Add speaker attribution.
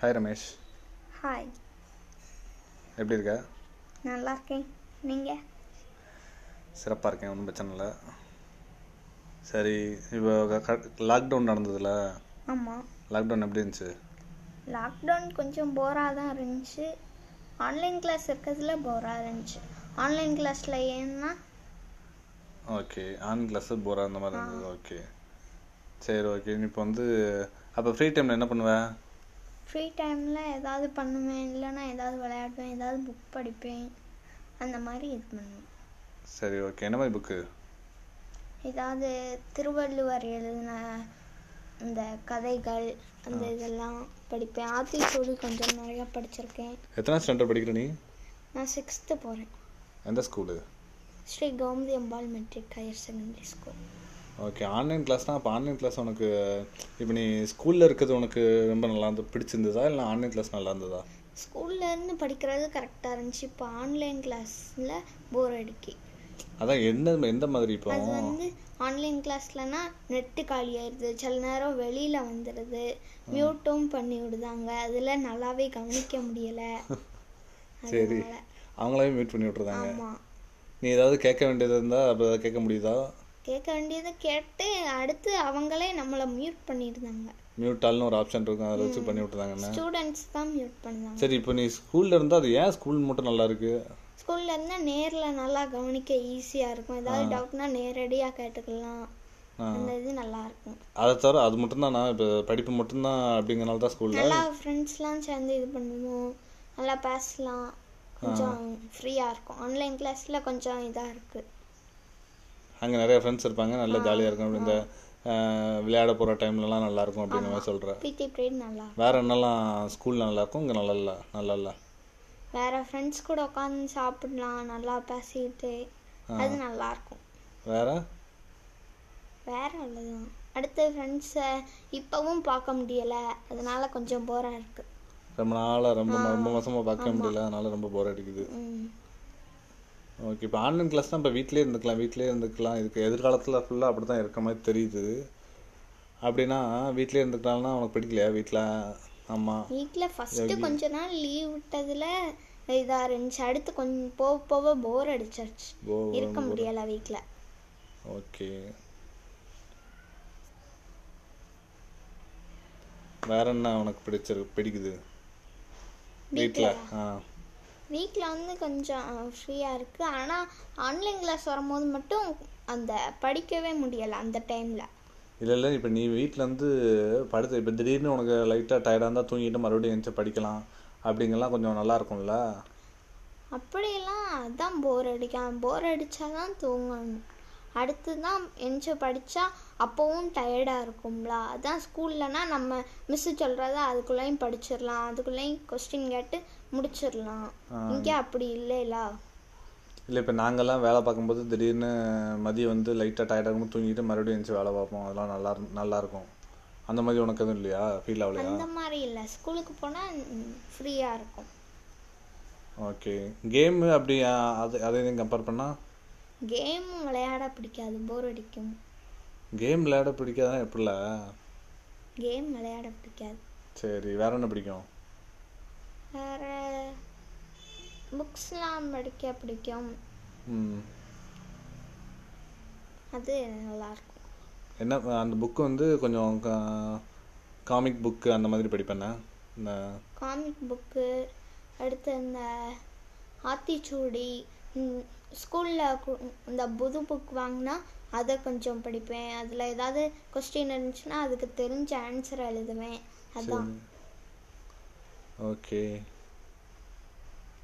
Speaker 1: Hi Ramesh
Speaker 2: hi
Speaker 1: எப்படி இருக்க
Speaker 2: நல்லா இருக்கேன் நீங்கள்
Speaker 1: சிறப்பாக இருக்கேன் ஒன்றும் பிரச்சனை இல்லை சரி இப்போ லாக்டவுன் நடந்ததுல
Speaker 2: ஆமாம்
Speaker 1: லாக்டவுன் எப்படி இருந்துச்சு
Speaker 2: லாக்டவுன் கொஞ்சம் போராக தான் இருந்துச்சு ஆன்லைன் கிளாஸ் இருக்கிறதுல போராக இருந்துச்சு ஆன்லைன் கிளாஸில் ஏன்னா
Speaker 1: ஓகே ஆன் கிளாஸு போரா அந்த மாதிரி இருந்தது ஓகே சரி ஓகே இப்போ வந்து அப்போ ஃப்ரீ டைமில் என்ன பண்ணுவ
Speaker 2: ஃப்ரீ டைமில் ஏதாவது பண்ணுவேன் இல்லைன்னா ஏதாவது விளையாடுவேன் ஏதாவது புக் படிப்பேன் அந்த மாதிரி இது பண்ணுவேன்
Speaker 1: சரி ஓகே என்ன மாதிரி புக்கு
Speaker 2: ஏதாவது திருவள்ளுவர் எழுதின இந்த கதைகள் அந்த இதெல்லாம் படிப்பேன் ஆத்திச்சூடி கொஞ்சம் நிறையா படிச்சிருக்கேன்
Speaker 1: எத்தனை ஸ்டாண்டர்ட் படிக்கிற நீ
Speaker 2: நான் சிக்ஸ்த்து போகிறேன்
Speaker 1: எந்த school
Speaker 2: Sri Gomathi Ambal matric higher secondary school
Speaker 1: okay online கிளாஸ்னால் அப்போ ஆன்லைன் கிளாஸ் உனக்கு இப்போ நீ ஸ்கூலில் இருக்கிறது உனக்கு ரொம்ப நல்லா இருந்து பிடிச்சிருந்ததா இல்லை ஆன்லைன் கிளாஸ் நல்லா இருந்ததா
Speaker 2: ஸ்கூல்ல இருந்து படிக்கிறது கரெக்டாக இருந்துச்சு இப்போ ஆன்லைன் கிளாஸில் போர் அடிக்கி
Speaker 1: அதான் என்ன எந்த மாதிரி இப்போ
Speaker 2: அது வந்து ஆன்லைன் கிளாஸ்லனா நெட்டு காலியாயிருது சில நேரம் வெளியில் வந்துடுது மியூட்டும் பண்ணி விடுதாங்க அதில் நல்லாவே கவனிக்க முடியலை
Speaker 1: சரி அவங்களாவே மீட் பண்ணி விட்டுருந்தாங்க
Speaker 2: ஆமாம்
Speaker 1: நீ ஏதாவது கேட்க வேண்டியது இருந்தால் அப்போ ஏதாவது கேட்க முடியுதா
Speaker 2: கேட்க வேண்டியதை கேட்டு அடுத்து அவங்களே நம்மளை மியூட் பண்ணிடுதாங்க
Speaker 1: மியூட் ஆல்னு ஒரு ஆப்ஷன் இருக்கும் அதில் வச்சு பண்ணி விட்டுருந்தாங்கண்ணா
Speaker 2: ஸ்டூடெண்ட்ஸ் தான் மியூட் பண்ணாங்க
Speaker 1: சரி இப்போ நீ ஸ்கூலில் இருந்தால் அது ஏன் ஸ்கூல் மட்டும் நல்லா இருக்கு
Speaker 2: ஸ்கூல்ல இருந்தால் நேரில் நல்லா கவனிக்க ஈஸியாக இருக்கும் ஏதாவது டவுட்னா நேரடியாக கேட்டுக்கலாம்
Speaker 1: ஆ.
Speaker 2: அந்த இது நல்லா இருக்கும்
Speaker 1: அதை தவிர அது மட்டும்தான் நான் இப்போ படிப்பு மட்டும்தான் அப்படிங்கிறனால தான் ஸ்கூலில்
Speaker 2: நல்லா ஃப்ரெண்ட்ஸ்லாம் சேர்ந்து இது பண்ணுவோம் நல்லா பேசலாம் கொஞ்சம் ஃப்ரீயாக இருக்கும் ஆன்லைன் கிளாஸில் கொஞ்சம் இதாக இருக்குது
Speaker 1: அங்கே நிறைய ஃப்ரெண்ட்ஸ் இருப்பாங்க நல்லா ஜாலியாக இருக்கும் அப்படி இந்த அஹ், விளையாட போகிற டைம்லலாம் நல்லா இருக்கும் அப்படிங்கிற மாதிரி சொல்கிறேன்
Speaker 2: பிடி பீரியட் நல்லா இருக்கும்.
Speaker 1: வேற என்னெல்லாம் ஸ்கூலில் நல்லா இருக்கும் இங்கே நல்லா இல்லை நல்லா இல்லை
Speaker 2: வேற ஃப்ரெண்ட்ஸ் கூட உட்காந்து சாப்பிடலாம் நல்லா பேசிக்கிட்டு அது நல்லா இருக்கும்
Speaker 1: வேற
Speaker 2: வேற அவ்வளோதான் அடுத்து ஃப்ரெண்ட்ஸை இப்போவும் பார்க்க முடியலை அதனால கொஞ்சம் போராக இருக்குது
Speaker 1: ரொம்ப நாளாக ரொம்ப ரொம்ப மாசமா பார்க்க முடியல அதனால ரொம்ப போர் அடிக்குது
Speaker 2: ம்
Speaker 1: ஓகே இப்போ ஆன்லைன் கிளாஸ் தான் இப்போ வீட்டிலே இருந்துக்கலாம் வீட்டிலே இருந்துக்கலாம் இதுக்கு எதிர்காலத்தில் ஃபுல்லாக அப்படி தான் இருக்க மாதிரி தெரியுது அப்படின்னா வீட்டிலே இருந்துக்கலாம்னா உனக்கு பிடிக்கலையா வீட்டில் அம்மா
Speaker 2: வீட்டில் ஃபஸ்ட்டு கொஞ்ச நாள் லீவ் விட்டதில் இதாக இருந்துச்சு அடுத்து கொஞ்சம் போக போக போர் அடிச்சிருச்சு
Speaker 1: ஓ
Speaker 2: இருக்க முடியலை வீட்டில்
Speaker 1: ஓகே வேற என்ன உனக்கு பிடிச்சிரு பிடிக்குது வீட்டில் ஆ
Speaker 2: வீட்டில் வந்து கொஞ்சம் ஃப்ரீயாக இருக்குது ஆனால் ஆன்லைன் கிளாஸ் வரும்போது மட்டும் அந்த படிக்கவே முடியலை அந்த டைமில்
Speaker 1: இல்லை இல்லை இப்போ நீ வீட்டில் வந்து படுத்து இப்போ திடீர்னு உனக்கு லைட்டாக டயர்டாக இருந்தால் தூங்கிட்டு மறுபடியும் எழுந்து படிக்கலாம் அப்படிங்கலாம் கொஞ்சம் நல்லா இருக்கும்ல
Speaker 2: அப்படியெல்லாம் அதான் போர் அடிக்கும் போர் அடித்தா தான் தூங்கணும் அடுத்து தான் எந்திச்சு படித்தா அப்போவும் டயர்டாக இருக்கும்ல அதான் ஸ்கூல்லனா நம்ம மிஸ்ஸு சொல்கிறத அதுக்குள்ளேயும் படிச்சிடலாம் அதுக்குள்ளேயும் கொஸ்டின் கேட்டு முடிச்சிடலாம் இங்கே அப்படி இல்லைல
Speaker 1: இல்லை இப்போ நாங்கள்லாம் வேலை பார்க்கும்போது திடீர்னு மதியம் வந்து லைட்டாக டயர்டாக இருக்கும் தூங்கிட்டு மறுபடியும் எழுந்து வேலை பார்ப்போம் அதெல்லாம் நல்லா இரு- நல்லா இருக்கும் அந்த மாதிரி உனக்கு எதுவும் இல்லையா ஃபீல் ஆகலையா
Speaker 2: அந்த மாதிரி இல்லை ஸ்கூலுக்கு போனால் ஃப்ரீயாக இருக்கும்
Speaker 1: ஓகே கேமு அப்படி ஆ, அது அதை இதையும் கம்பேர் பண்ணால்
Speaker 2: கேம் விளையாட பிடிக்காது போர் அடிக்கும்
Speaker 1: கேம் விளையாட பிடிக்காதான் எப்படில
Speaker 2: கேம் விளையாட பிடிக்காது
Speaker 1: சரி வேற என்ன பிடிக்கும்
Speaker 2: வேறு புக்ஸ்லாம் படிக்க பிடிக்கும்
Speaker 1: ம்
Speaker 2: அது நல்லாயிருக்கும்
Speaker 1: என்ன அந்த புக்கு வந்து கொஞ்சம் காமிக் புக்கு அந்த மாதிரி படிப்பேண்ணா இந்த
Speaker 2: காமிக் புக்கு அடுத்து இந்த ஆத்திச்சூடி ஸ்கூலில் இந்த புது புக் வாங்கினா அதை கொஞ்சம் படிப்பேன் அதில் ஏதாவது கொஸ்டின் இருந்துச்சுன்னா அதுக்கு தெரிஞ்ச ஆன்சர் எழுதுவேன் அதான்
Speaker 1: ஓகே